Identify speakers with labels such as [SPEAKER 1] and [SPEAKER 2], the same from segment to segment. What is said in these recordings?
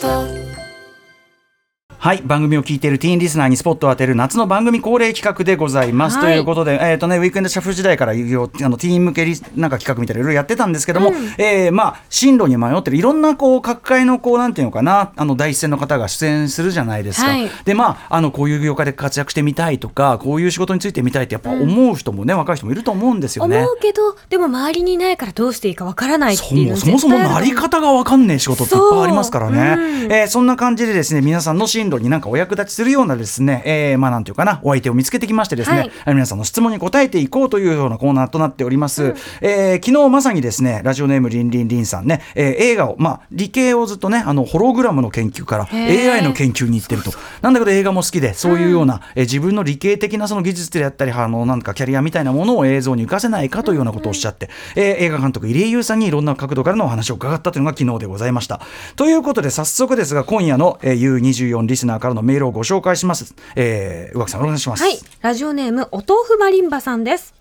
[SPEAKER 1] ト
[SPEAKER 2] はい番組を聞いているティーンリスナーにスポットを当てる夏の番組恒例企画でございます、
[SPEAKER 3] はい
[SPEAKER 2] ということで、えーとね、ウィークエンドシャッフル時代から有料あのティーン向けリスなんか企画みたいないろいろやってたんですけども、えーまあ、進路に迷ってるいろんなこう各界のこうなんていうのかなあの第一線の方が出演するじゃないですか、
[SPEAKER 3] はい
[SPEAKER 2] でまああのこういう業界で活躍してみたいとかこういう仕事についてみたいってやっぱ思う人もね、若い人もいると思うんですよね
[SPEAKER 3] 思。うけどでも周りにいないからどうしていいかわからないって
[SPEAKER 2] そ
[SPEAKER 3] いう
[SPEAKER 2] うそもそもなり方が分かんねえ仕事っていっぱいありますからね
[SPEAKER 3] そうう
[SPEAKER 2] えーそんな感じでですね皆さんの進路になんかお役立ちするようなですね、えーまあなんていうかなお相手を見つけてきましてですね、
[SPEAKER 3] はい
[SPEAKER 2] 皆さんの質問に答えていこうというようなコーナーとなっております、えー昨日まさにですねラジオネームりんりんりんさんね、えー映画をまあ理系をずっとねあのホログラムの研究から
[SPEAKER 3] へー
[SPEAKER 2] AI の研究に行ってるとなんだけど映画も好きでそういうような、えー自分の理系的なその技術であったりあのなんかキャリアみたいなものを映像に浮かせないかというようなことをおっしゃって、えー映画監督入江優さんにいろんな角度からのお話を伺ったというのが昨日でございましたということで早速ですが今夜の、えー、U24 リスナーからのメールをご紹介します、えー、上木さんお願いします、
[SPEAKER 3] はい、ラジオネームお豆腐バリンバさんです。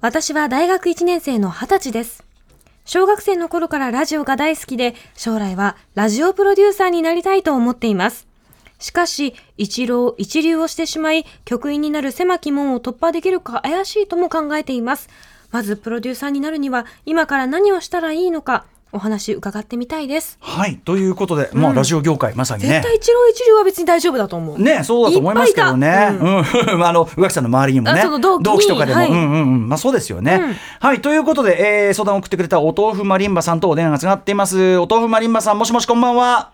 [SPEAKER 3] 私は大学1年生の20歳です。小学生の頃からラジオが大好きで、将来はラジオプロデューサーになりたいと思っています。しかし、一浪、一流をしてしまい、局員になる狭き門を突破できるか怪しいとも考えています。まず、プロデューサーになるには、今から何をしたらいいのか、お話伺ってみたいです。
[SPEAKER 2] はいということで、まあラジオ業界まさにね
[SPEAKER 3] 絶対一浪一流は別に大丈夫だと思う。
[SPEAKER 2] ね、そうだと思いますけど
[SPEAKER 3] いっぱい
[SPEAKER 2] ね
[SPEAKER 3] いた。
[SPEAKER 2] うん、 まああの、宇垣さんの周りにもね
[SPEAKER 3] あその同期、に
[SPEAKER 2] とかでも、
[SPEAKER 3] はい
[SPEAKER 2] うんうんうん、まあそうですよね。
[SPEAKER 3] うん
[SPEAKER 2] はい、ということで、えー相談を送ってくれたお豆腐マリンバさんとお電話がつながっています。お豆腐マリンバさん、もしもしこんばんは。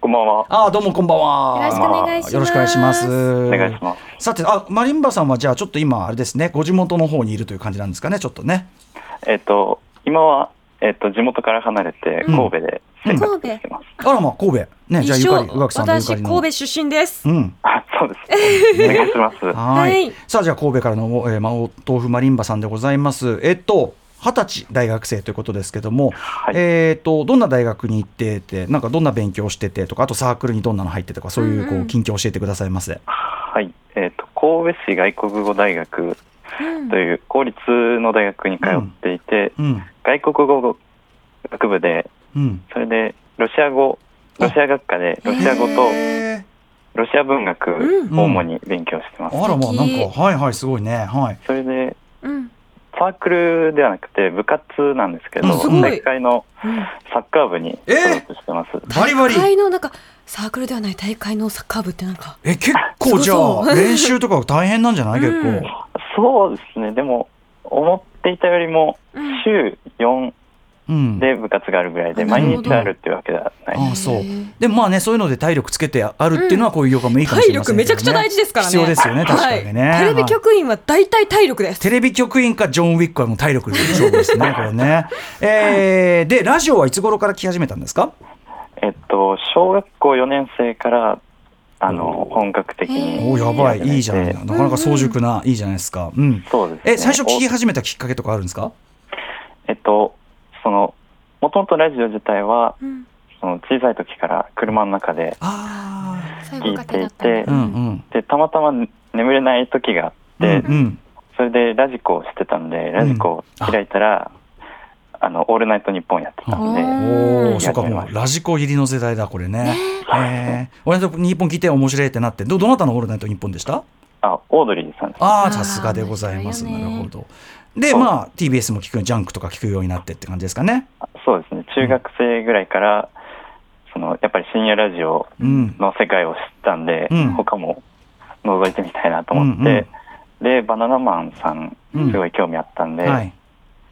[SPEAKER 4] こんばんは。
[SPEAKER 2] ああ、どうもこんばん
[SPEAKER 3] よろしく
[SPEAKER 2] は。
[SPEAKER 3] お願いします。
[SPEAKER 2] よろしくお願いします。お
[SPEAKER 4] お願いします。
[SPEAKER 2] す。さて、あ、マリンバさんはじゃあちょっと今あれですね、ご地元の方にいるという感じなんですかね、ちょっとね。
[SPEAKER 4] えっ、と、今は、えっ、と、地元から離れて、
[SPEAKER 2] うん
[SPEAKER 4] 神戸で生活してます。
[SPEAKER 2] あらまあ、神戸。ね、じゃあゆかり、宇垣さんのゆか
[SPEAKER 3] 私
[SPEAKER 2] りの。
[SPEAKER 3] 神戸出身です。
[SPEAKER 2] うん。
[SPEAKER 4] あ、そうです。お願いします。は
[SPEAKER 2] は
[SPEAKER 3] はいい
[SPEAKER 2] さあじゃあ神戸からの、えー、まあお豆腐マリンバさんでございます。えっと二十歳大学生ということですけども、
[SPEAKER 4] い
[SPEAKER 2] えっとどんな大学に行っててなんかどんな勉強しててとかあとサークルにどんなの入ってとかそういうこ
[SPEAKER 3] うんう
[SPEAKER 2] うん近況を教えてくださいませ。
[SPEAKER 4] い。えっ、と、神戸市外国語大学
[SPEAKER 3] うん
[SPEAKER 4] という公立の大学に通っていて、
[SPEAKER 2] うん
[SPEAKER 4] 外国語学部で、
[SPEAKER 2] うん。
[SPEAKER 4] それで、ロシア語、ロシア学科で、ロシア語と
[SPEAKER 2] へ
[SPEAKER 4] ロシア文学を
[SPEAKER 3] うん
[SPEAKER 4] 主に勉強してます。
[SPEAKER 2] ーあらまあ
[SPEAKER 3] 素
[SPEAKER 2] なん
[SPEAKER 3] 敵
[SPEAKER 2] かはいはいすごいねはい。
[SPEAKER 4] それで、
[SPEAKER 3] うん
[SPEAKER 4] サークルではなくて部活なんですけど
[SPEAKER 2] うん、す
[SPEAKER 3] ごい
[SPEAKER 4] 大会の
[SPEAKER 3] うん
[SPEAKER 4] サッカー部に所属してます。
[SPEAKER 2] バリバリ
[SPEAKER 3] 大。会のなんかサークルではない大会のサッカー部ってなんか
[SPEAKER 2] え結構じゃ
[SPEAKER 3] そうそ
[SPEAKER 2] あ
[SPEAKER 3] う
[SPEAKER 2] 練習とか大変なんじゃない結
[SPEAKER 3] うん
[SPEAKER 2] 構。
[SPEAKER 4] そうですね、でも、思っていたよりも
[SPEAKER 3] うん、
[SPEAKER 4] 週4
[SPEAKER 2] うん。
[SPEAKER 4] で部活があるぐらいで、
[SPEAKER 3] うん
[SPEAKER 4] 毎日あるっていうわけではない
[SPEAKER 2] ああそ
[SPEAKER 3] へ
[SPEAKER 2] う
[SPEAKER 3] ー。
[SPEAKER 2] でもまあねそういうので体力つけてあるっていうのはこういう業界もいいかもし
[SPEAKER 3] 体
[SPEAKER 2] れま
[SPEAKER 3] 力
[SPEAKER 2] せん
[SPEAKER 3] め
[SPEAKER 2] け
[SPEAKER 3] ち
[SPEAKER 2] ど
[SPEAKER 3] ゃ
[SPEAKER 2] ね。
[SPEAKER 3] くちゃ大事ですからね。
[SPEAKER 2] 必要ですよね確かにね
[SPEAKER 3] はいテレビ局員は大体体力です。
[SPEAKER 2] テレビ局員かジョン・ウィックはもう体力で勝負ですね、これ ね。えー、で、ラジオはいつ頃から聞き始めたんですか
[SPEAKER 4] えっと、小学校4年生から、あの、本格的
[SPEAKER 3] へ
[SPEAKER 4] に。
[SPEAKER 2] おーやばい、いいじゃないな。なかなか早熟な、いいじゃないですか。うん。
[SPEAKER 4] そうですね。
[SPEAKER 2] え、最初聞き
[SPEAKER 4] お
[SPEAKER 2] 始めたきっかけとかあるんですか
[SPEAKER 4] えっと、その、もともとラジオ自体は、
[SPEAKER 3] うん
[SPEAKER 4] その小さい時から車の中で
[SPEAKER 2] あ
[SPEAKER 3] そういうご
[SPEAKER 4] 聞い
[SPEAKER 3] 家庭だったん
[SPEAKER 4] てい
[SPEAKER 3] だ
[SPEAKER 2] ー。
[SPEAKER 4] て
[SPEAKER 2] う、んうん。
[SPEAKER 4] で、たまたま眠れない時があっ
[SPEAKER 2] うん
[SPEAKER 4] て、
[SPEAKER 2] うん。
[SPEAKER 4] それでラジコをしてたんで、ラジコを開いたら、あの、オールナイトニッポンやってたんで、
[SPEAKER 3] うん
[SPEAKER 2] お
[SPEAKER 3] う
[SPEAKER 2] お、
[SPEAKER 3] ん
[SPEAKER 2] そっか、
[SPEAKER 4] やって
[SPEAKER 2] も
[SPEAKER 4] ま
[SPEAKER 2] う
[SPEAKER 4] す
[SPEAKER 2] ラジコ入りの世代だ、これね。
[SPEAKER 4] ね
[SPEAKER 2] えー、俺と日本聞いて面白いってなって、ど、どなたのオールナイト日本でした
[SPEAKER 4] あ、オードリーさんです。
[SPEAKER 2] あ
[SPEAKER 3] あ
[SPEAKER 2] あ、
[SPEAKER 3] ー
[SPEAKER 2] さすがでございます。
[SPEAKER 3] ま
[SPEAKER 2] な
[SPEAKER 3] あ
[SPEAKER 2] る
[SPEAKER 3] それはね
[SPEAKER 2] ほど。で、まあ、TBS も聞く、ジャンクとか聞くようになってって感じですかね。
[SPEAKER 4] そうですね。中学生ぐらいから、その、やっぱり深夜ラジオ
[SPEAKER 2] うん。
[SPEAKER 4] の世界を知ったんで、
[SPEAKER 2] うん
[SPEAKER 4] 他も覗いてみたいなと思って、で、バナナマンさん、
[SPEAKER 2] うん
[SPEAKER 4] すごい興味あったんで、
[SPEAKER 2] はい。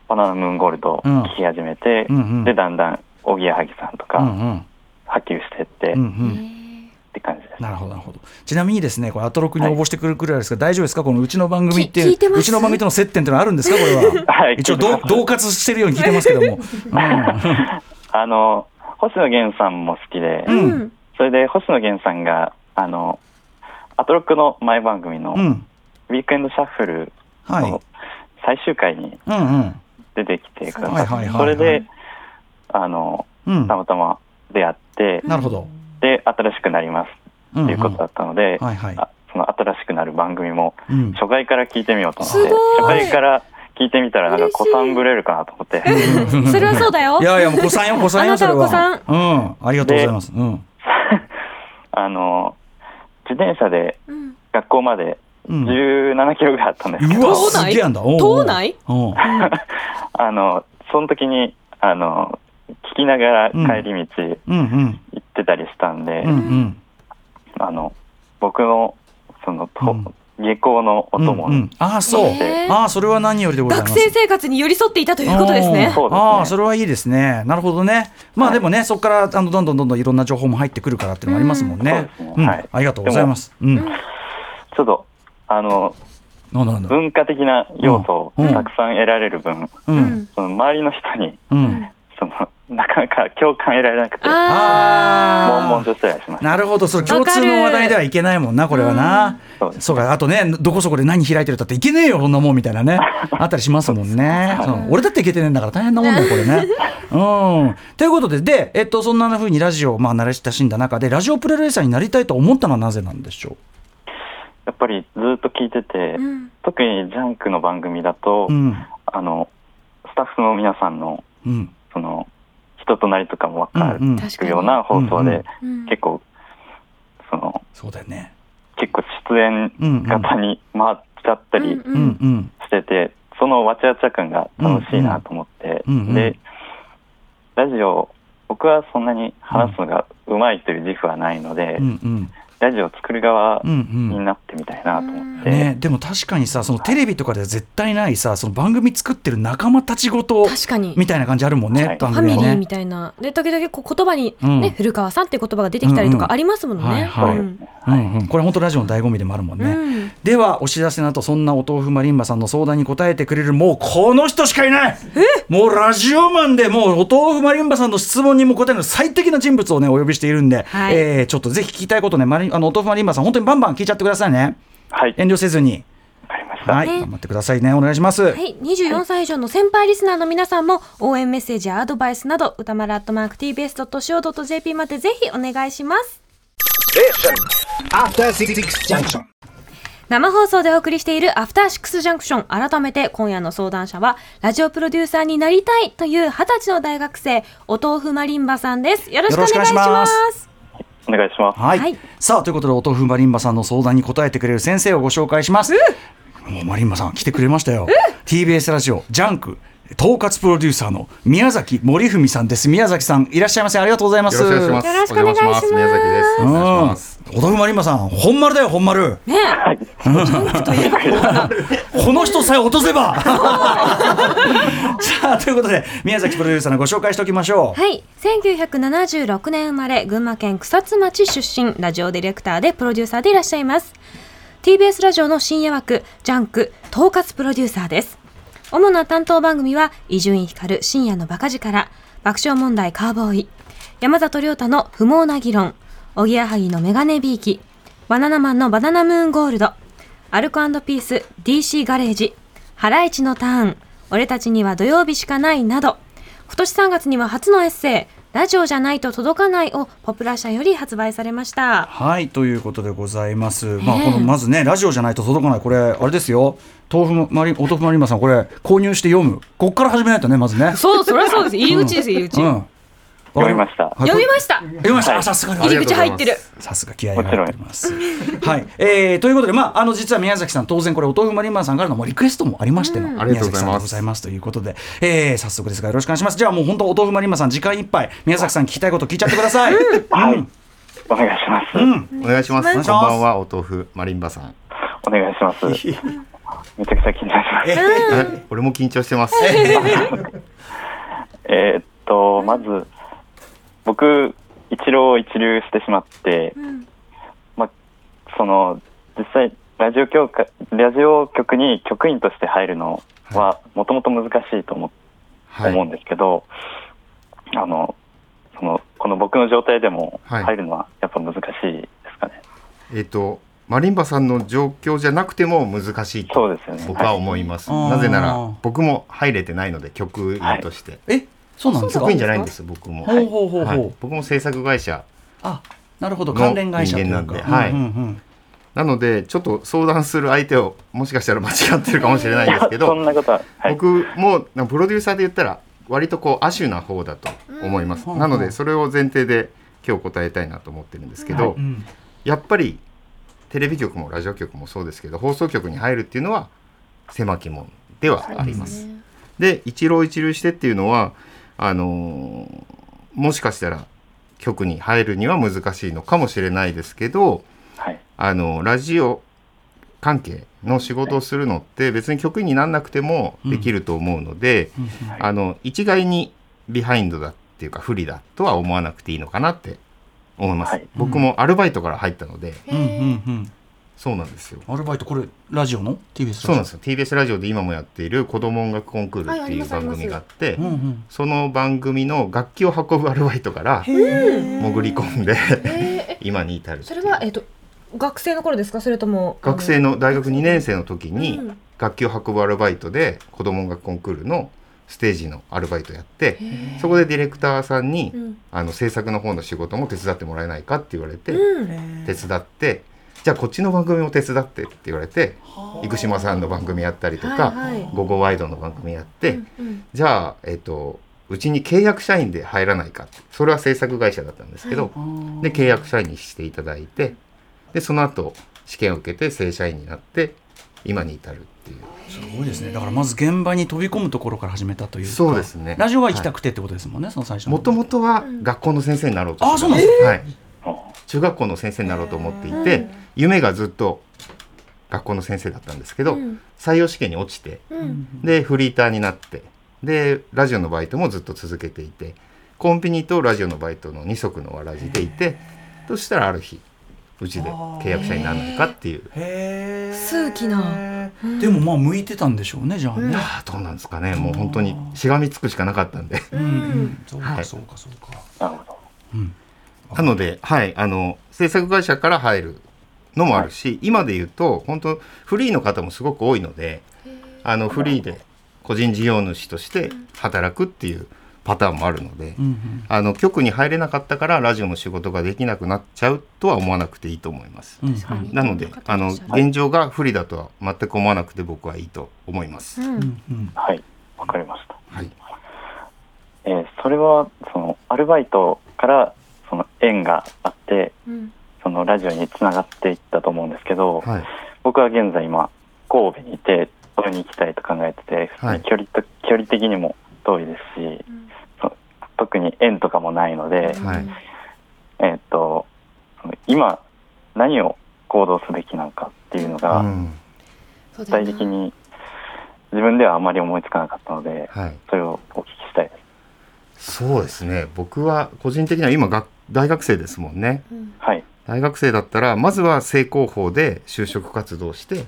[SPEAKER 4] バナナムーンゴールドを聞き始めて、
[SPEAKER 2] うんうん。
[SPEAKER 4] で、だんだん、おぎやはぎさんと
[SPEAKER 2] う
[SPEAKER 4] か、
[SPEAKER 2] んうん。
[SPEAKER 4] 波及してって、
[SPEAKER 2] う
[SPEAKER 4] っ
[SPEAKER 2] んうん。
[SPEAKER 4] て感じです。
[SPEAKER 2] なるほどなるほどちなみにですねこれアトロクに応募してくるくらいですが、大丈夫ですかこのうちの番組って
[SPEAKER 3] き聞いてます
[SPEAKER 2] うちの番組との接点ってのはあるんですかこれ は
[SPEAKER 4] はい
[SPEAKER 2] 一応どう同活してるように聞いてますけども、うん
[SPEAKER 4] あの、星野源さんも好きで、
[SPEAKER 2] うん
[SPEAKER 3] うん
[SPEAKER 4] それで星野源さんが、あの、アトロックの前番組の、
[SPEAKER 2] うん、
[SPEAKER 4] ウィークエンドシャッフル
[SPEAKER 2] はい
[SPEAKER 4] の最終回に
[SPEAKER 2] うんうん
[SPEAKER 4] 出てきてくだ
[SPEAKER 2] はい
[SPEAKER 4] さ
[SPEAKER 2] はいはいはい
[SPEAKER 4] って、それで、あの、
[SPEAKER 2] うん
[SPEAKER 4] たまたま出会って、
[SPEAKER 2] なるほど、
[SPEAKER 4] で、新しくなります
[SPEAKER 2] うんうん
[SPEAKER 4] っていうことだったので、
[SPEAKER 2] はいはい
[SPEAKER 4] あその新しくなる番組も、
[SPEAKER 2] うん
[SPEAKER 4] 初回から聞いてみようと思って、
[SPEAKER 3] すごい
[SPEAKER 4] 初回から聞いてみたら、なんか、
[SPEAKER 3] 嬉し
[SPEAKER 4] 子
[SPEAKER 3] い
[SPEAKER 4] さんぶれるかなと思って。
[SPEAKER 3] それはそうだよ。
[SPEAKER 2] いやいや、もう子さんよ、子さん
[SPEAKER 3] あ
[SPEAKER 2] よ、
[SPEAKER 3] な
[SPEAKER 2] そ
[SPEAKER 3] た
[SPEAKER 2] れ
[SPEAKER 3] は
[SPEAKER 2] は。
[SPEAKER 3] 子さん。
[SPEAKER 2] うん、ありがとうございます。うん。
[SPEAKER 4] あの、自転車で
[SPEAKER 3] うん
[SPEAKER 4] 学校まで
[SPEAKER 2] うん
[SPEAKER 4] 17キロぐらいあったんですけ
[SPEAKER 2] う
[SPEAKER 4] ど、
[SPEAKER 2] わ、
[SPEAKER 3] 島内
[SPEAKER 2] すげえんだ。おうおう
[SPEAKER 3] 島内
[SPEAKER 2] おう
[SPEAKER 4] あの、その時に、あの、聞きながら帰り道行
[SPEAKER 2] うんうん。
[SPEAKER 4] ってたりしたんで、
[SPEAKER 2] うんうん。
[SPEAKER 4] あの、僕の、その、と
[SPEAKER 2] うん
[SPEAKER 4] 下校のお供、
[SPEAKER 2] うんうんああ、そう。
[SPEAKER 3] へー
[SPEAKER 2] ああ、それは何よりでございま
[SPEAKER 3] 学
[SPEAKER 2] す。
[SPEAKER 3] 生生活に寄り添っていたということですね。
[SPEAKER 4] そうですね
[SPEAKER 2] ああ、それはいいですね。なるほどね。まあ
[SPEAKER 4] はい
[SPEAKER 2] でもね、そこからあのどんどんどんどんいろんな情報も入ってくるからっていうのもありますもんね。
[SPEAKER 4] うんそう
[SPEAKER 2] う
[SPEAKER 4] ですね
[SPEAKER 2] ん
[SPEAKER 4] はい
[SPEAKER 2] ありがとうございます。うん。なんだ
[SPEAKER 4] ちょっと、あの、
[SPEAKER 2] なんだ。
[SPEAKER 4] 文化的な要素
[SPEAKER 2] う
[SPEAKER 4] を
[SPEAKER 2] ん
[SPEAKER 4] たくさん得られる分、
[SPEAKER 2] う。
[SPEAKER 3] うんん
[SPEAKER 4] その周りの人に、
[SPEAKER 2] うん。
[SPEAKER 4] その、なかなか共感得られなくて、
[SPEAKER 3] あ
[SPEAKER 4] 悶々
[SPEAKER 2] あ
[SPEAKER 4] としたりしま
[SPEAKER 2] あ。
[SPEAKER 4] した。
[SPEAKER 2] なるほど、それ共通の話題ではいけないもんな、これはな。
[SPEAKER 4] そうです
[SPEAKER 2] そうか、あとね、どこそこで何開いてるだっていけねえよ、こんなもんみたい なね、あったりしますもんね。そう俺だっていけてねえんだから大変なもんだよ、これね。うん。ということで、で、えっと、そんな風にラジオ、まあ、慣れ親しんだ中で、ラジオプロレーサーになりたいと思ったのはなぜなんでしょ
[SPEAKER 4] やっぱりずっと聞いてて、
[SPEAKER 3] ーうん
[SPEAKER 4] 特にジャンクの番組だと、
[SPEAKER 2] う。うん。
[SPEAKER 4] あの、スタッフの皆さんの、
[SPEAKER 2] うん。
[SPEAKER 4] その、人となりとかも分か
[SPEAKER 2] うんうん
[SPEAKER 4] るような放送で、
[SPEAKER 3] うん
[SPEAKER 4] 結構、その、
[SPEAKER 2] そうだよね。
[SPEAKER 4] 結構出演型に回っちゃったり
[SPEAKER 2] うんうん
[SPEAKER 4] してて、そのわちゃわちゃ感が楽しいなと思って、
[SPEAKER 2] うんうん
[SPEAKER 4] で、ラジオ、僕はそんなに話すのがうまいという自負はないので、
[SPEAKER 2] うんうん
[SPEAKER 4] ラジオを作る側
[SPEAKER 2] うんうん
[SPEAKER 4] になってみたいなと思って、
[SPEAKER 2] ね、でも確かにさそのテレビとかでは絶対ないさその番組作ってる仲間たちごと
[SPEAKER 3] 確かに。
[SPEAKER 2] みたいな感じあるもん
[SPEAKER 4] は
[SPEAKER 2] ね
[SPEAKER 4] い
[SPEAKER 2] 番
[SPEAKER 3] ファ
[SPEAKER 2] 組
[SPEAKER 3] ミリ
[SPEAKER 2] は
[SPEAKER 3] ー
[SPEAKER 2] ね
[SPEAKER 3] み。たいな。で、時々こう言葉に、ね
[SPEAKER 2] うん
[SPEAKER 3] 古川さんって言葉が出てきたりと
[SPEAKER 2] うんうん
[SPEAKER 3] かありますもの
[SPEAKER 2] はい
[SPEAKER 3] ね。
[SPEAKER 2] はいう
[SPEAKER 3] うん
[SPEAKER 2] んうんこれ本当ラジオの醍醐味でもあるもんね。
[SPEAKER 3] うん
[SPEAKER 2] ではお知らせの後そんなお豆腐マリンバさんの相談に答えてくれるもうこの人しかいないもうラジオマンでもうお豆腐マリンバさんの質問にも答える最適な人物をねお呼びしているんで、
[SPEAKER 3] はい
[SPEAKER 2] えーちょっとぜひ聞きたいことねマリンあのお豆腐マリンバさん本当にバンバン聞いちゃってくださいね
[SPEAKER 4] はい、
[SPEAKER 2] 遠慮せずに。
[SPEAKER 4] わかりました。
[SPEAKER 2] はい、
[SPEAKER 3] ね
[SPEAKER 2] 頑張ってくださいね。お願いします。
[SPEAKER 3] はい、24歳以上の先輩リスナーの皆さんも応援メッセージやアドバイスなど歌丸アットマーク TBS.CO.JP までぜひお願いします。
[SPEAKER 1] After Six Junction.
[SPEAKER 3] 生放送でお送りしているアフターシックスジャンクション改めて今夜の相談者はラジオプロデューサーになりたいという20歳の大学生お豆腐マリンバさんですよろしくお願いします
[SPEAKER 2] よろしくお願いし
[SPEAKER 4] お願いします。
[SPEAKER 2] はい、
[SPEAKER 3] はい
[SPEAKER 2] さあということでお豆腐マリンバさんの相談に答えてくれる先生をご紹介します。もうマリンバさん来てくれましたよ。TBS ラジオジャンク統括プロデューサーの宮崎森文さんです。宮崎さんいらっしゃいませありがとうございます。
[SPEAKER 5] よろしくお願いします。
[SPEAKER 3] よろしくお願いします
[SPEAKER 5] お邪魔宮崎です。
[SPEAKER 2] う
[SPEAKER 5] お
[SPEAKER 2] ん、
[SPEAKER 5] 願いし
[SPEAKER 2] お
[SPEAKER 5] ます。
[SPEAKER 2] 豆腐マリンバさん本丸だよ本丸。
[SPEAKER 3] ねえ
[SPEAKER 2] この人さえ落とせば。 さあということで宮崎プロデューサーのご紹介しておきましょう。
[SPEAKER 3] はい1976年生まれ群馬県草津町出身ラジオディレクターでプロデューサーでいらっしゃいます TBS ラジオの深夜枠ジャンク統括プロデューサーです主な担当番組は伊集院光深夜のバカ力爆笑問題カーボーイ山里亮太の不毛な議論おぎやはぎのメガネビーキバナナマンのバナナムーンゴールドアルコピース DC ガレージハライチのターン俺たちには土曜日しかないなど今年3月には初のエッセイラジオじゃないと届かないをポプラ社より発売されました
[SPEAKER 2] はいということでございます。まあ
[SPEAKER 3] ねえ
[SPEAKER 2] このまずねラジオじゃないと届かないこれあれですよ。豆腐マリンお豆腐マリンバさんこれ購入して読む。こっから始めないとねまずね。
[SPEAKER 3] そうそりゃそうです入り口です入り口、
[SPEAKER 2] うん。
[SPEAKER 4] 読みました
[SPEAKER 2] はい
[SPEAKER 3] 読みました
[SPEAKER 2] 読みまし
[SPEAKER 4] は
[SPEAKER 2] た。
[SPEAKER 4] い
[SPEAKER 2] あさすが
[SPEAKER 5] あり
[SPEAKER 3] 入
[SPEAKER 5] が
[SPEAKER 3] り
[SPEAKER 5] と
[SPEAKER 3] 口
[SPEAKER 5] うござ
[SPEAKER 3] 入
[SPEAKER 5] います
[SPEAKER 3] ってる
[SPEAKER 2] さすが気合いが入ってます。はい、えー、ということで、まあ、あの実は宮崎さん、当然これ、お豆腐マリンマンさんからのもうリクエストもありましての、
[SPEAKER 5] ありが
[SPEAKER 2] 宮
[SPEAKER 5] とう
[SPEAKER 2] 崎さん
[SPEAKER 5] ござい
[SPEAKER 2] で
[SPEAKER 5] ます
[SPEAKER 2] ございますということで、えー、早速ですが、よろしくお願いします。じゃあ、もう本当、お豆腐マリンマンさん、時間いっぱい、宮崎さん、聞きたいこと聞いちゃってください。
[SPEAKER 4] はい
[SPEAKER 2] うん
[SPEAKER 4] お願いします。
[SPEAKER 5] お願いしま
[SPEAKER 2] お願い
[SPEAKER 5] す。
[SPEAKER 2] します
[SPEAKER 5] こんばんは、お豆腐マリンバさん。
[SPEAKER 4] お願い します。めちゃくちゃ緊張します。
[SPEAKER 5] え俺も緊張してます。
[SPEAKER 4] えーっと、まず、僕、一浪一流してしまって、
[SPEAKER 3] ん
[SPEAKER 4] まあ、その、実際、ラジオ協会、ラジオ局に局員として入るのは、もともと難しいと思,、
[SPEAKER 5] はい
[SPEAKER 4] 思うんですけど、あの、その、この僕の状態でも
[SPEAKER 5] はい
[SPEAKER 4] 入るのはやっぱ難しいですかね。
[SPEAKER 5] えっと、マリンバさんの状況じゃなくても難しいと
[SPEAKER 4] そうですよね。
[SPEAKER 5] 僕はい思います。
[SPEAKER 2] はい
[SPEAKER 5] なぜな
[SPEAKER 2] あ
[SPEAKER 5] ら
[SPEAKER 2] ー、
[SPEAKER 5] 僕も入れてないので、局員として。
[SPEAKER 2] え、そうなんですか
[SPEAKER 5] 局員じゃないんです、僕も。
[SPEAKER 2] ほうほうほうほう
[SPEAKER 5] はい僕も制作会社。
[SPEAKER 2] あなるほど、関連会社というか
[SPEAKER 5] の人間なんではい
[SPEAKER 2] うんうんうん
[SPEAKER 5] なのでちょっと相談する相手をもしかしたら間違ってるかもしれないんですけ
[SPEAKER 4] いやそ
[SPEAKER 5] ど
[SPEAKER 4] んなことは、はい、
[SPEAKER 5] 僕もなんかプロデューサーで言ったら割とこう亜種な方だと思います
[SPEAKER 2] うん
[SPEAKER 5] なのでそれを前提で今日答えたいなと思ってるんですけど
[SPEAKER 2] うん
[SPEAKER 5] やっぱりテレビ局もラジオ局もそうですけど放送局に入るっていうのは狭き門ではあります。で一浪一流してっていうのはあのーもしかしたら局に入るには難しいのかもしれないですけど、
[SPEAKER 4] はい、
[SPEAKER 5] あのラジオ関係の仕事をするのって別に局員になんなくてもできると思うので、
[SPEAKER 2] うん
[SPEAKER 4] はい
[SPEAKER 5] あの一概にビハインドだっていうか不利だとは思わなくていいのかなって思います、
[SPEAKER 4] はい
[SPEAKER 5] 僕もアルバイトから入ったので
[SPEAKER 2] うんうんうん
[SPEAKER 5] そうなんですよ
[SPEAKER 2] アルバイトこれラジオの TBS
[SPEAKER 5] そうなん
[SPEAKER 2] で
[SPEAKER 5] ですよ TBS ラジオで今もやっている「子ども音楽コンクール」っていう番組があって、
[SPEAKER 2] うんうん
[SPEAKER 5] その番組の楽器を運ぶアルバイトから潜り込んで 今に至るって
[SPEAKER 3] そ
[SPEAKER 5] いう
[SPEAKER 3] れは、えっと、学生の頃ですかそれとも。
[SPEAKER 5] 学生
[SPEAKER 3] の。
[SPEAKER 5] の大学2年生の時に
[SPEAKER 3] うん
[SPEAKER 5] 楽器を運ぶアルバイトで子ども音楽コンクールのステージのアルバイトやってそこでディレクターさんに
[SPEAKER 3] うん。
[SPEAKER 5] あの制作の方の仕事も手伝ってもらえないかって言われて
[SPEAKER 3] うん。
[SPEAKER 5] 手伝ってじゃあこっちの番組も手伝ってって言われて生島さんの番組やったりとか
[SPEAKER 3] はいはい
[SPEAKER 5] 「午後ワイド」の番組やって
[SPEAKER 3] うん
[SPEAKER 5] じゃあえっとうちに契約社員で入らないかってそれは制作会社だったんですけど、で契約社員にしていただいてでその後試験を受けて正社員になって今に至るっていう
[SPEAKER 2] すごいですねだからまず現場に飛び込むところから始めたというか
[SPEAKER 5] そうですね
[SPEAKER 2] ラジオは行きたくてってことですもんね、その最初の
[SPEAKER 5] もともとは
[SPEAKER 3] うん
[SPEAKER 5] 学校の先生になろうと
[SPEAKER 2] あ
[SPEAKER 5] して
[SPEAKER 2] そうなん
[SPEAKER 5] たはい、
[SPEAKER 4] お
[SPEAKER 5] 中学校の先生になろうと思ってい
[SPEAKER 3] へ
[SPEAKER 5] て
[SPEAKER 3] ー
[SPEAKER 5] 夢がずっと学校の先生だったんですけど、
[SPEAKER 3] うん
[SPEAKER 5] 採用試験に落ちて
[SPEAKER 3] うん。
[SPEAKER 5] でフリーターになってでラジオのバイトもずっと続けていてコンビニとラジオのバイトの二足のわらじでいてそしたらある日うちで契約者にならないかっていう
[SPEAKER 2] へえ
[SPEAKER 3] 数奇な
[SPEAKER 2] でもまあ向いてたんでしょうねじゃあね、
[SPEAKER 5] あーどうなんですかねもう本当にしがみつくしかなかったんで
[SPEAKER 2] うんうん、そう
[SPEAKER 5] は
[SPEAKER 2] か
[SPEAKER 5] い
[SPEAKER 2] そうかそうか、
[SPEAKER 4] なるほど
[SPEAKER 2] うん、
[SPEAKER 5] なのではいあの制作会社から入るのもあるし、今で言うと本当フリーの方もすごく多いのであのフリーで個人事業主として働くっていうパターンもあるので、
[SPEAKER 2] うんうん
[SPEAKER 5] あの局に入れなかったからラジオの仕事ができなくなっちゃうとは思わなくていいと思います、
[SPEAKER 2] うん
[SPEAKER 5] なのであの現状が不利だとは全く思わなくて僕はいいと思います、
[SPEAKER 2] うんうん
[SPEAKER 4] はいわかりました
[SPEAKER 5] はい
[SPEAKER 4] えーそれはそのアルバイトからその縁があってそのラジオにつながっていったと思うんですけど、
[SPEAKER 5] はい
[SPEAKER 4] 僕は現在今神戸にいてそれに行きたいと考えてて、
[SPEAKER 5] はい
[SPEAKER 4] 距離と距離的にも遠いですしそ特に縁とかもないので、
[SPEAKER 5] はい
[SPEAKER 4] えーっとその今何を行動すべきなのかっていうの
[SPEAKER 5] う
[SPEAKER 4] が
[SPEAKER 5] ん
[SPEAKER 3] 具
[SPEAKER 4] 具体的。に自分ではあまり思いつかなかったので
[SPEAKER 5] はい
[SPEAKER 4] それをお聞きしたいです。
[SPEAKER 5] そうですね僕は個人的には今学大学生ですもんね
[SPEAKER 3] うん
[SPEAKER 4] はい、
[SPEAKER 5] 大学生だったらまずは正攻法で就職活動して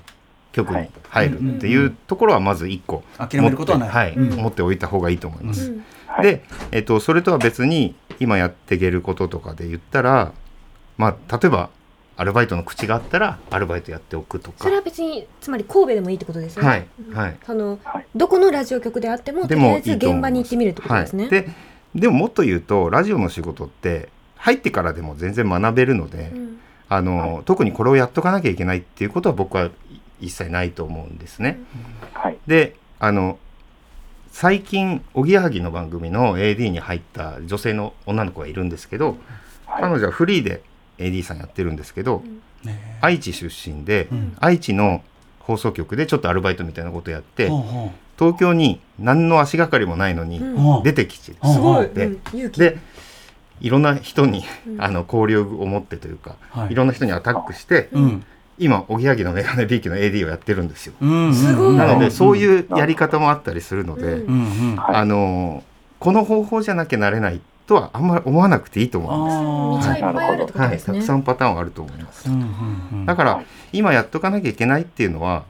[SPEAKER 5] 局に入るっていうところはまず1個
[SPEAKER 2] 諦めることはない、
[SPEAKER 5] はい
[SPEAKER 2] うん
[SPEAKER 5] 持っておいた方がいいと思います、
[SPEAKER 4] はい、
[SPEAKER 5] で、えっと、それとは別に今やっていけることとかで言ったらまあ例えばアルバイトの口があったらアルバイトやっておくとか
[SPEAKER 3] それは別に、つまり神戸でもいいってことですよね。
[SPEAKER 5] はいはい
[SPEAKER 3] その
[SPEAKER 4] はい、
[SPEAKER 3] どこのラジオ局であっても、と
[SPEAKER 5] で
[SPEAKER 3] りあ
[SPEAKER 5] も
[SPEAKER 3] え
[SPEAKER 5] いい
[SPEAKER 3] ず
[SPEAKER 5] と思いま
[SPEAKER 3] 現場
[SPEAKER 5] す
[SPEAKER 3] に行ってみるってことですね。
[SPEAKER 5] はい、ででももっと言うとラジオの仕事って入ってからでも全然学べるので、
[SPEAKER 3] うん
[SPEAKER 5] あの特にこれをやっとかなきゃいけないっていうことは僕は一切ないと思うんですね。
[SPEAKER 4] はい、
[SPEAKER 5] であの最近おぎやはぎの番組の AD に入った女性の女の子がいるんですけど彼
[SPEAKER 4] はい、
[SPEAKER 5] 女はフリーで AD さんやってるんですけど、
[SPEAKER 3] ん
[SPEAKER 2] ね
[SPEAKER 5] 愛知出身で、
[SPEAKER 2] うん
[SPEAKER 5] 愛知の放送局でちょっとアルバイトみたいなことやって、
[SPEAKER 2] はあは
[SPEAKER 5] 東京に何の足がかりもないのに
[SPEAKER 3] うん
[SPEAKER 2] あはあ
[SPEAKER 5] 出てきて、
[SPEAKER 2] うん
[SPEAKER 3] すごい、
[SPEAKER 5] で
[SPEAKER 3] うん勇気。
[SPEAKER 5] でいろんな人に、
[SPEAKER 3] うん
[SPEAKER 5] あの交流を持ってというか、
[SPEAKER 2] はい
[SPEAKER 5] いろんな人にアタックして、
[SPEAKER 2] うん
[SPEAKER 5] 今おぎやはぎのメガネビーキの AD をやってるんですよ。
[SPEAKER 2] うんうん
[SPEAKER 3] すごい
[SPEAKER 5] なの
[SPEAKER 3] う
[SPEAKER 5] で
[SPEAKER 3] ん
[SPEAKER 5] そういうやり方もあったりするので、
[SPEAKER 3] う
[SPEAKER 2] う
[SPEAKER 3] ん
[SPEAKER 2] んうん
[SPEAKER 4] はい
[SPEAKER 5] あのこの方法じゃなきゃなれないとはあんまり思わなくていいと思うんです。
[SPEAKER 3] 道
[SPEAKER 2] あ
[SPEAKER 3] が
[SPEAKER 2] あ
[SPEAKER 3] いっぱいあるってこと
[SPEAKER 5] は
[SPEAKER 3] で
[SPEAKER 5] い、
[SPEAKER 3] す
[SPEAKER 5] た
[SPEAKER 3] ね。
[SPEAKER 5] くさんパターンはあると思います。
[SPEAKER 2] うんうんうん
[SPEAKER 5] だから、
[SPEAKER 4] はい
[SPEAKER 5] 今やっとかなきゃいけないっていうのは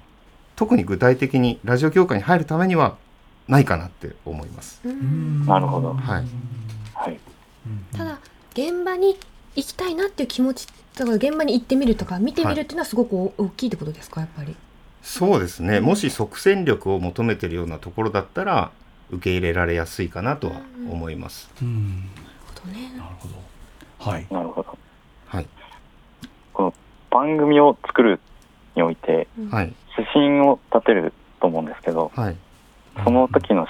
[SPEAKER 5] 特に具体的にラジオ業界に入るためにはないかなって思います。
[SPEAKER 3] う
[SPEAKER 2] うんん
[SPEAKER 4] なるほど
[SPEAKER 5] はい、
[SPEAKER 4] はい、
[SPEAKER 3] ただ現場に行きたいなっていう気持ちだから現場に行ってみるとか見てみるっていうのはすごくお大きいってことですかやっぱり。
[SPEAKER 5] そうですねもし即戦力を求めてるようなところだったら受け入れられやすいかなとは思います。
[SPEAKER 2] うん
[SPEAKER 3] なるほどね
[SPEAKER 2] なるほどはい
[SPEAKER 4] なるほど。
[SPEAKER 5] はい、
[SPEAKER 4] この番組を作るにおいて
[SPEAKER 5] はい
[SPEAKER 4] 指針を立てると思うんですけど
[SPEAKER 5] はい
[SPEAKER 4] その時のし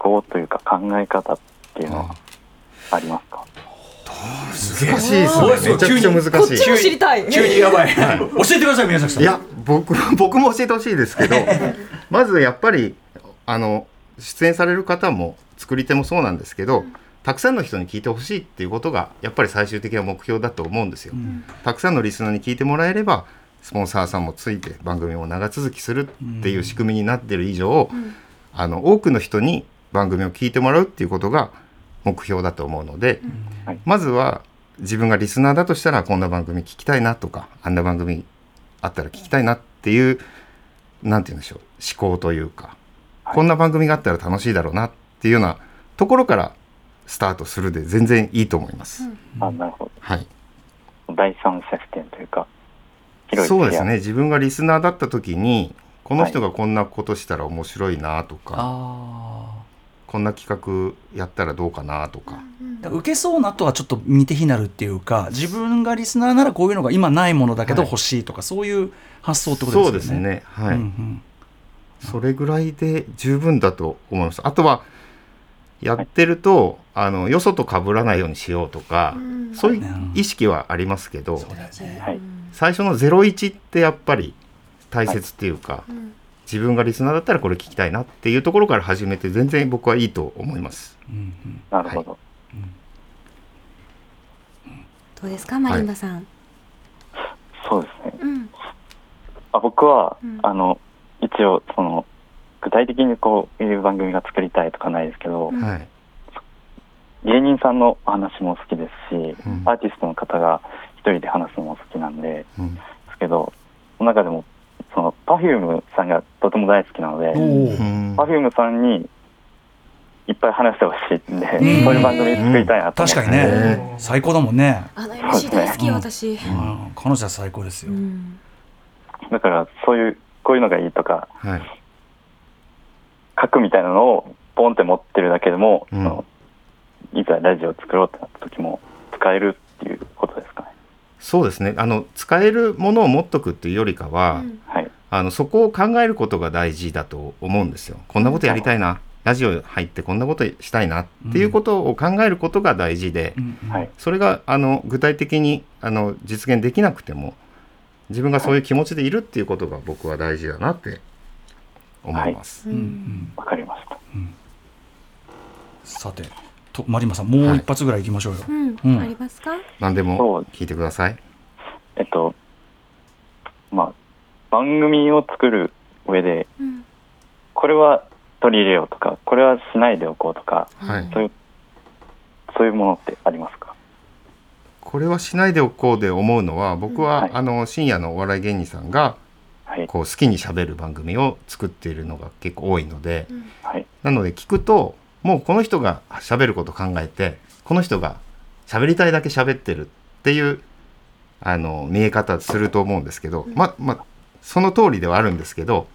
[SPEAKER 4] 思考というか考え方っていうのはありますか
[SPEAKER 5] 難しいです
[SPEAKER 2] おい
[SPEAKER 5] ねめちゃくちゃ難
[SPEAKER 3] こっ
[SPEAKER 5] しい
[SPEAKER 3] ちも知りたい。
[SPEAKER 2] 急にやばい教えてください宮崎さん
[SPEAKER 5] いや僕 僕も教えてほしいですけどまずやっぱりあの出演される方も作り手もそうなんですけどたくさんの人に聞いてほしいっていうことがやっぱり最終的な目標だと思うんですよ。
[SPEAKER 2] ん
[SPEAKER 5] たくさんのリスナーに聞いてもらえればスポンサーさんもついて番組も長続きするっていう仕組みになってる以上、あの多くの人に番組を聞いてもらうっていうことが目標だと思うので、
[SPEAKER 4] はい
[SPEAKER 5] まずは自分がリスナーだとしたらこんな番組聞きたいなとかあんな番組あったら聞きたいなっていうなんて言うんでしょう思考というか、こんな番組があったら楽しいだろうなっていうようなところからスタートするで全然いいと思います。
[SPEAKER 4] あなるほ
[SPEAKER 5] はい
[SPEAKER 4] ど第三者視点というか
[SPEAKER 5] そうです
[SPEAKER 4] 視野
[SPEAKER 5] ね自分がリスナーだった時にこの人がこんなことしたら面白いなとか、
[SPEAKER 2] あ
[SPEAKER 5] こんな企画やったらどうかなとか、
[SPEAKER 2] あ受けそうなとはちょっと似て非なるっていうか自分がリスナーならこういうのが今ないものだけど
[SPEAKER 5] はい
[SPEAKER 2] 欲しいとか、そういう発想ってことです
[SPEAKER 5] そ
[SPEAKER 2] よ
[SPEAKER 5] う
[SPEAKER 2] ね
[SPEAKER 5] ですねはい、
[SPEAKER 2] うんうん
[SPEAKER 5] それぐらいで十分だと思いますあとはやってると、あのよそと被らないようにしようとか、そういう意識はありますけど、
[SPEAKER 4] はい
[SPEAKER 5] 最初の「01」ってやっぱり大切っていうか、自分がリスナーだったらこれ聞きたいなっていうところから始めて全然僕はいいと思います。
[SPEAKER 2] うんうん
[SPEAKER 4] なるほど、
[SPEAKER 3] どうですか、マリンバさん。
[SPEAKER 4] そうですね
[SPEAKER 3] うん。
[SPEAKER 4] あ僕は、
[SPEAKER 3] うん
[SPEAKER 4] あの一応その具体的にこういう番組が作りたいとかないですけど、
[SPEAKER 3] うん
[SPEAKER 5] はい
[SPEAKER 4] 芸人さんのお話も好きですし、
[SPEAKER 5] うん
[SPEAKER 4] アーティストの方が一人で話すのも好きなんで
[SPEAKER 5] うん
[SPEAKER 4] ですけどその中でもその Perfume さんがとても大好きなので、
[SPEAKER 2] お
[SPEAKER 5] う
[SPEAKER 2] ー
[SPEAKER 5] ん
[SPEAKER 4] Perfume さんにいっぱい話してほしいんで、
[SPEAKER 3] ん
[SPEAKER 4] そういう番組作りたいなと
[SPEAKER 2] 確
[SPEAKER 4] 思って、
[SPEAKER 2] かにね最高だもんね、
[SPEAKER 3] あの MC 大好き、
[SPEAKER 2] うんう
[SPEAKER 3] 私。
[SPEAKER 2] ん彼女は最高です
[SPEAKER 3] う
[SPEAKER 2] よ、
[SPEAKER 3] ん。
[SPEAKER 4] だからそういうこういうのがいいとか
[SPEAKER 5] はい
[SPEAKER 4] 書くみたいなのをポンって持ってるだけでも、
[SPEAKER 5] うん
[SPEAKER 4] そのいざラジオ作ろうってなった時も使えるっていうことですかね
[SPEAKER 5] そうですねあの使えるものを持っとくっていうよりかは、
[SPEAKER 3] うん
[SPEAKER 4] はい
[SPEAKER 5] あのそこを考えることが大事だと思うんですよ。こんなことやりたいなラジオ入ってこんなことしたいなっていうことを考えることが大事で、
[SPEAKER 2] うんうん
[SPEAKER 4] はい
[SPEAKER 5] それがあの具体的にあの実現できなくても自分がそういう気持ちでいるっていうことが僕は大事だなって思います。
[SPEAKER 3] う。
[SPEAKER 2] うんうんん
[SPEAKER 4] わかりました
[SPEAKER 2] さてとマリンマさんもう一発ぐらいいきましょうよ、
[SPEAKER 3] う
[SPEAKER 2] うん
[SPEAKER 3] ん。ありますか。
[SPEAKER 5] 何で
[SPEAKER 4] そ
[SPEAKER 5] も
[SPEAKER 4] う
[SPEAKER 5] 聞いてください。
[SPEAKER 4] えっとまあ番組を作る上で
[SPEAKER 3] うん。
[SPEAKER 4] これは取り入れようとかこれはしないでおこうとか
[SPEAKER 5] はい
[SPEAKER 4] そういうそういうものってありますか
[SPEAKER 5] これはしないでおこうで思うのは僕は、
[SPEAKER 4] はい
[SPEAKER 5] あの深夜のお笑い芸人さんが
[SPEAKER 4] はい
[SPEAKER 5] こう好きに喋る番組を作っているのが結構多いので、
[SPEAKER 3] うん
[SPEAKER 4] はい
[SPEAKER 5] なので聞くともうこの人が喋ること考えてこの人が喋りたいだけ喋ってるっていうあの見え方すると思うんですけど、ままその通りではあるんですけど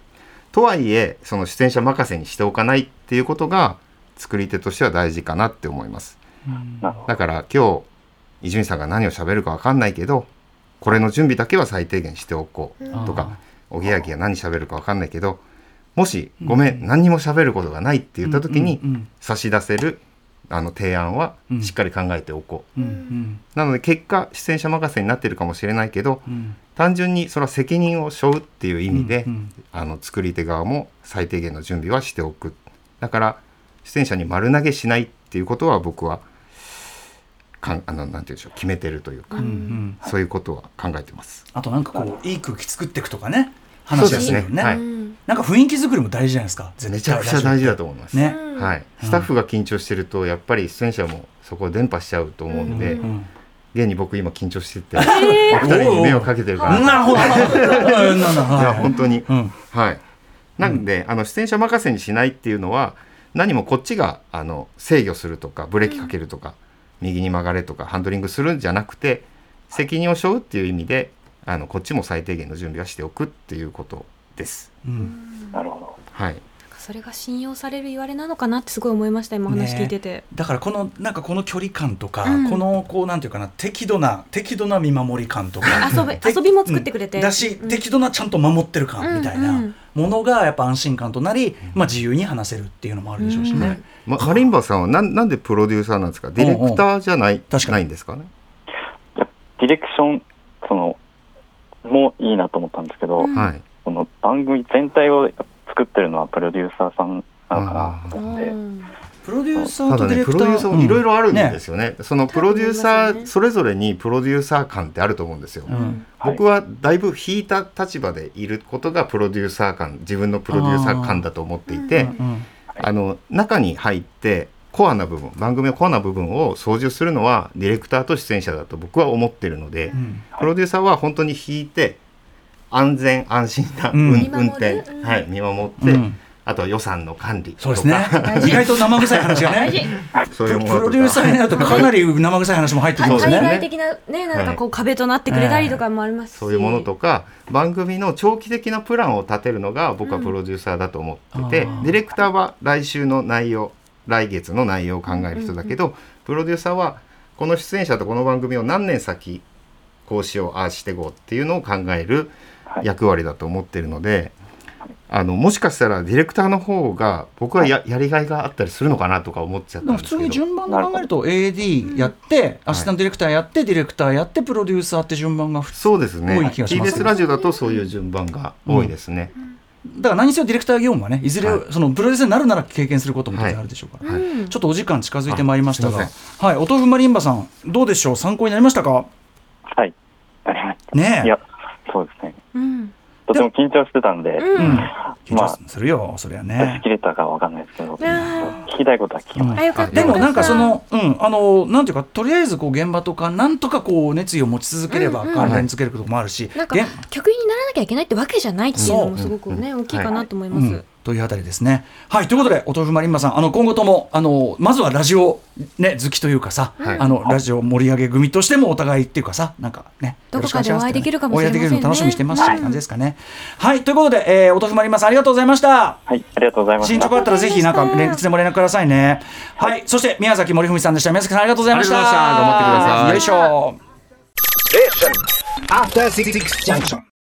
[SPEAKER 5] とはいえその出演者任せにしておかないっていうことが作り手としては大事かなって思います。
[SPEAKER 2] うん
[SPEAKER 4] なるほど
[SPEAKER 5] だから今日伊集院さんが何を喋るかわかんないけどこれの準備だけは最低限しておこうとかおぎやはぎが何喋るかわかんないけどもし「ごめん、何にも喋ることがない」って言った時に
[SPEAKER 2] うんうん
[SPEAKER 5] 差し出せるあの提案は
[SPEAKER 2] うん
[SPEAKER 5] しっかり考えておこう、
[SPEAKER 2] うんうん
[SPEAKER 5] なので結果出演者任せになってるかもしれないけど
[SPEAKER 2] うん
[SPEAKER 5] 単純にそれは責任を背負うっていう意味で、
[SPEAKER 2] うんうん
[SPEAKER 5] あの作り手側も最低限の準備はしておくだから出演者に丸投げしないっていうことは僕はかんあのなんて言うんでしょう決めてるというか、
[SPEAKER 2] うんうん
[SPEAKER 5] そういうことは考えてます。
[SPEAKER 2] あとなんかこういい空気作っていくとかね話ですよ
[SPEAKER 5] そうです
[SPEAKER 2] ね
[SPEAKER 5] ねはい
[SPEAKER 3] うん
[SPEAKER 2] なんか雰囲気作りも大事じゃないですか絶対
[SPEAKER 5] めちゃくちゃ大事だと思います、
[SPEAKER 2] ね、
[SPEAKER 3] うん
[SPEAKER 5] はい、スタッフが緊張してるとやっぱり出演者もそこを伝播しちゃうと思うので、
[SPEAKER 2] うん
[SPEAKER 5] 現に僕今緊張してて、お二人に迷惑かけてるかな
[SPEAKER 2] なるほどうんなんだ
[SPEAKER 5] いや
[SPEAKER 2] はい
[SPEAKER 5] 本当に、
[SPEAKER 2] うん
[SPEAKER 5] はいなんで、あの出演者任せにしないっていうのは何もこっちがあの制御するとかブレーキかけるとか、右に曲がれとかハンドリングするんじゃなくて責任を背負うっていう意味であのこっちも最低限の準備はしておくっていうことです
[SPEAKER 2] うん
[SPEAKER 4] なるほど
[SPEAKER 5] はい
[SPEAKER 3] それが信用される言われなのかなってすごい思いました今お話聞いてて、
[SPEAKER 2] だからこのなんかこの距離感とか、
[SPEAKER 3] うん
[SPEAKER 2] このこうなんていうかな適度な適度な見守り感とか
[SPEAKER 3] 遊び遊びも作ってくれて、
[SPEAKER 2] だし、
[SPEAKER 3] うん
[SPEAKER 2] 適度なちゃんと守ってる感みたい
[SPEAKER 3] うんう
[SPEAKER 2] なんものがやっぱ安心感となり、まあ、自由に話せるっていうのもあるでしょうしね。
[SPEAKER 3] うん
[SPEAKER 5] ま、マリンバさんはなんなんでプロデューサーなんですかディレクターじゃない,、
[SPEAKER 2] 確かに
[SPEAKER 5] ないんですかね
[SPEAKER 4] ディレクションそのもいいなと思ったんですけど、
[SPEAKER 3] うん
[SPEAKER 5] はい
[SPEAKER 4] この番組全体を作ってるのはプロデューサーさんなのかなと思って、
[SPEAKER 3] うん
[SPEAKER 2] プロデューサー
[SPEAKER 5] た
[SPEAKER 2] と
[SPEAKER 5] だ
[SPEAKER 2] ディ
[SPEAKER 5] ね
[SPEAKER 2] レ
[SPEAKER 5] プ
[SPEAKER 2] ク
[SPEAKER 5] ロ
[SPEAKER 2] タ
[SPEAKER 5] デ
[SPEAKER 2] ー
[SPEAKER 5] ューサーもいろいろあるんで
[SPEAKER 2] ね
[SPEAKER 5] すよね,、そのプロデューサ
[SPEAKER 3] 多分ありますよね
[SPEAKER 5] ーそれぞれにプロデューサー感ってあると思うんですよ、
[SPEAKER 2] うん
[SPEAKER 4] はい
[SPEAKER 5] 僕はだいぶ引いた立場でいることがプロデューサー感自分のプロデューサー感だと思っていて
[SPEAKER 3] あーうん
[SPEAKER 2] うん
[SPEAKER 5] あの中に入ってコアな部分番組のコアな部分を操縦するのはディレクターと出演者だと僕は思ってるので、
[SPEAKER 2] うん
[SPEAKER 5] プロデューサーは本当に引いて安全安心な
[SPEAKER 2] うん
[SPEAKER 5] 運,、
[SPEAKER 3] 見守る
[SPEAKER 5] 運転、
[SPEAKER 3] うん
[SPEAKER 5] はい、見守って、
[SPEAKER 2] うん
[SPEAKER 5] あとは予算の管理とか
[SPEAKER 2] そうですね意外と生臭い話がね
[SPEAKER 5] そういう
[SPEAKER 2] プ
[SPEAKER 5] ものとか
[SPEAKER 2] ロデューサーになるとかなり生臭い話も入ってき
[SPEAKER 3] 海
[SPEAKER 2] ますね。
[SPEAKER 3] 外的なねなんかこう壁となってくれたりとかもありますし、
[SPEAKER 5] そういうものとか番組の長期的なプランを立てるのが僕はプロデューサーだと思ってて、
[SPEAKER 2] うんあー
[SPEAKER 5] ディレクターは来週の内容来月の内容を考える人だけど、プロデューサーはこの出演者とこの番組を何年先こうしようああしていこうっていうのを考える
[SPEAKER 4] はい
[SPEAKER 5] 役割だと思ってるので。あのもしかしたらディレクターの方が僕はややりがいがあったりするのかなとか思っちゃっ
[SPEAKER 2] で
[SPEAKER 5] たん
[SPEAKER 2] も
[SPEAKER 5] で
[SPEAKER 2] 普
[SPEAKER 5] す
[SPEAKER 2] 通
[SPEAKER 5] け
[SPEAKER 2] に
[SPEAKER 5] ど
[SPEAKER 2] 順番で考えると AD やって、アシスタントディレクターやってディレクターやってプロデューサーって順番が普通
[SPEAKER 5] そうですね
[SPEAKER 2] 多い気がします
[SPEAKER 5] TBS ラジオだとそういう順番が多いですね、
[SPEAKER 2] だから何せよディレクター業務はねいずれ
[SPEAKER 5] はい
[SPEAKER 2] そのプロデューサーになるなら経験することも当然あるでしょうから、
[SPEAKER 5] はい
[SPEAKER 3] うん
[SPEAKER 2] ちょっとお時間近づいてまいりましたが
[SPEAKER 5] あ
[SPEAKER 2] はいお豆腐マリンバさんどうでしょう参考になりましたか
[SPEAKER 4] はいありまし
[SPEAKER 2] ね
[SPEAKER 4] た
[SPEAKER 2] え
[SPEAKER 4] いやそうですね
[SPEAKER 3] うん
[SPEAKER 4] とても緊張してたんで、
[SPEAKER 3] う
[SPEAKER 2] うんん、緊張するよ、そりゃ
[SPEAKER 4] 出し
[SPEAKER 2] ね
[SPEAKER 4] 切れたかわかんないですけど、
[SPEAKER 3] ー
[SPEAKER 4] 聞きたいことは聞きました
[SPEAKER 3] あよかった
[SPEAKER 2] でもなんかその、うん、あのなんていうかとりあえずこう現場とかなんとかこう熱意を持ち続ければ
[SPEAKER 3] うんうん
[SPEAKER 2] 関連づけることもあるし、
[SPEAKER 3] なんか
[SPEAKER 2] げん
[SPEAKER 3] 曲にならなきゃいけないってわけじゃないっていうのもすごくね
[SPEAKER 5] そう
[SPEAKER 3] 大きいかなと思いま
[SPEAKER 2] う
[SPEAKER 3] す、
[SPEAKER 2] ん、というあたりですね。はいということでお豆腐マリンマさんあの今後ともあのまずはラジオ、ね、好きというかさ、
[SPEAKER 5] はい
[SPEAKER 2] あのラジオ盛り上げ組としてもお互いっていうかさなんかね
[SPEAKER 3] ど
[SPEAKER 2] よろ
[SPEAKER 3] こかで
[SPEAKER 2] しくお願します
[SPEAKER 3] お会いできるかもしれませ
[SPEAKER 2] お
[SPEAKER 3] んね
[SPEAKER 2] 会いできるの楽しみにしてますし、って感じですかね。はいということで、えー、お豆腐マリンマさんありがとうございました。
[SPEAKER 4] はいありがとうございまし
[SPEAKER 2] 進
[SPEAKER 4] た
[SPEAKER 2] 捗あったらぜひなんか連いつでも連絡くださいね。はい、そして宮崎森文さんでした。宮崎さんありがとうございました。
[SPEAKER 5] ありがとうございました頑張ってください
[SPEAKER 2] よいしょ。
[SPEAKER 1] After Six Junction.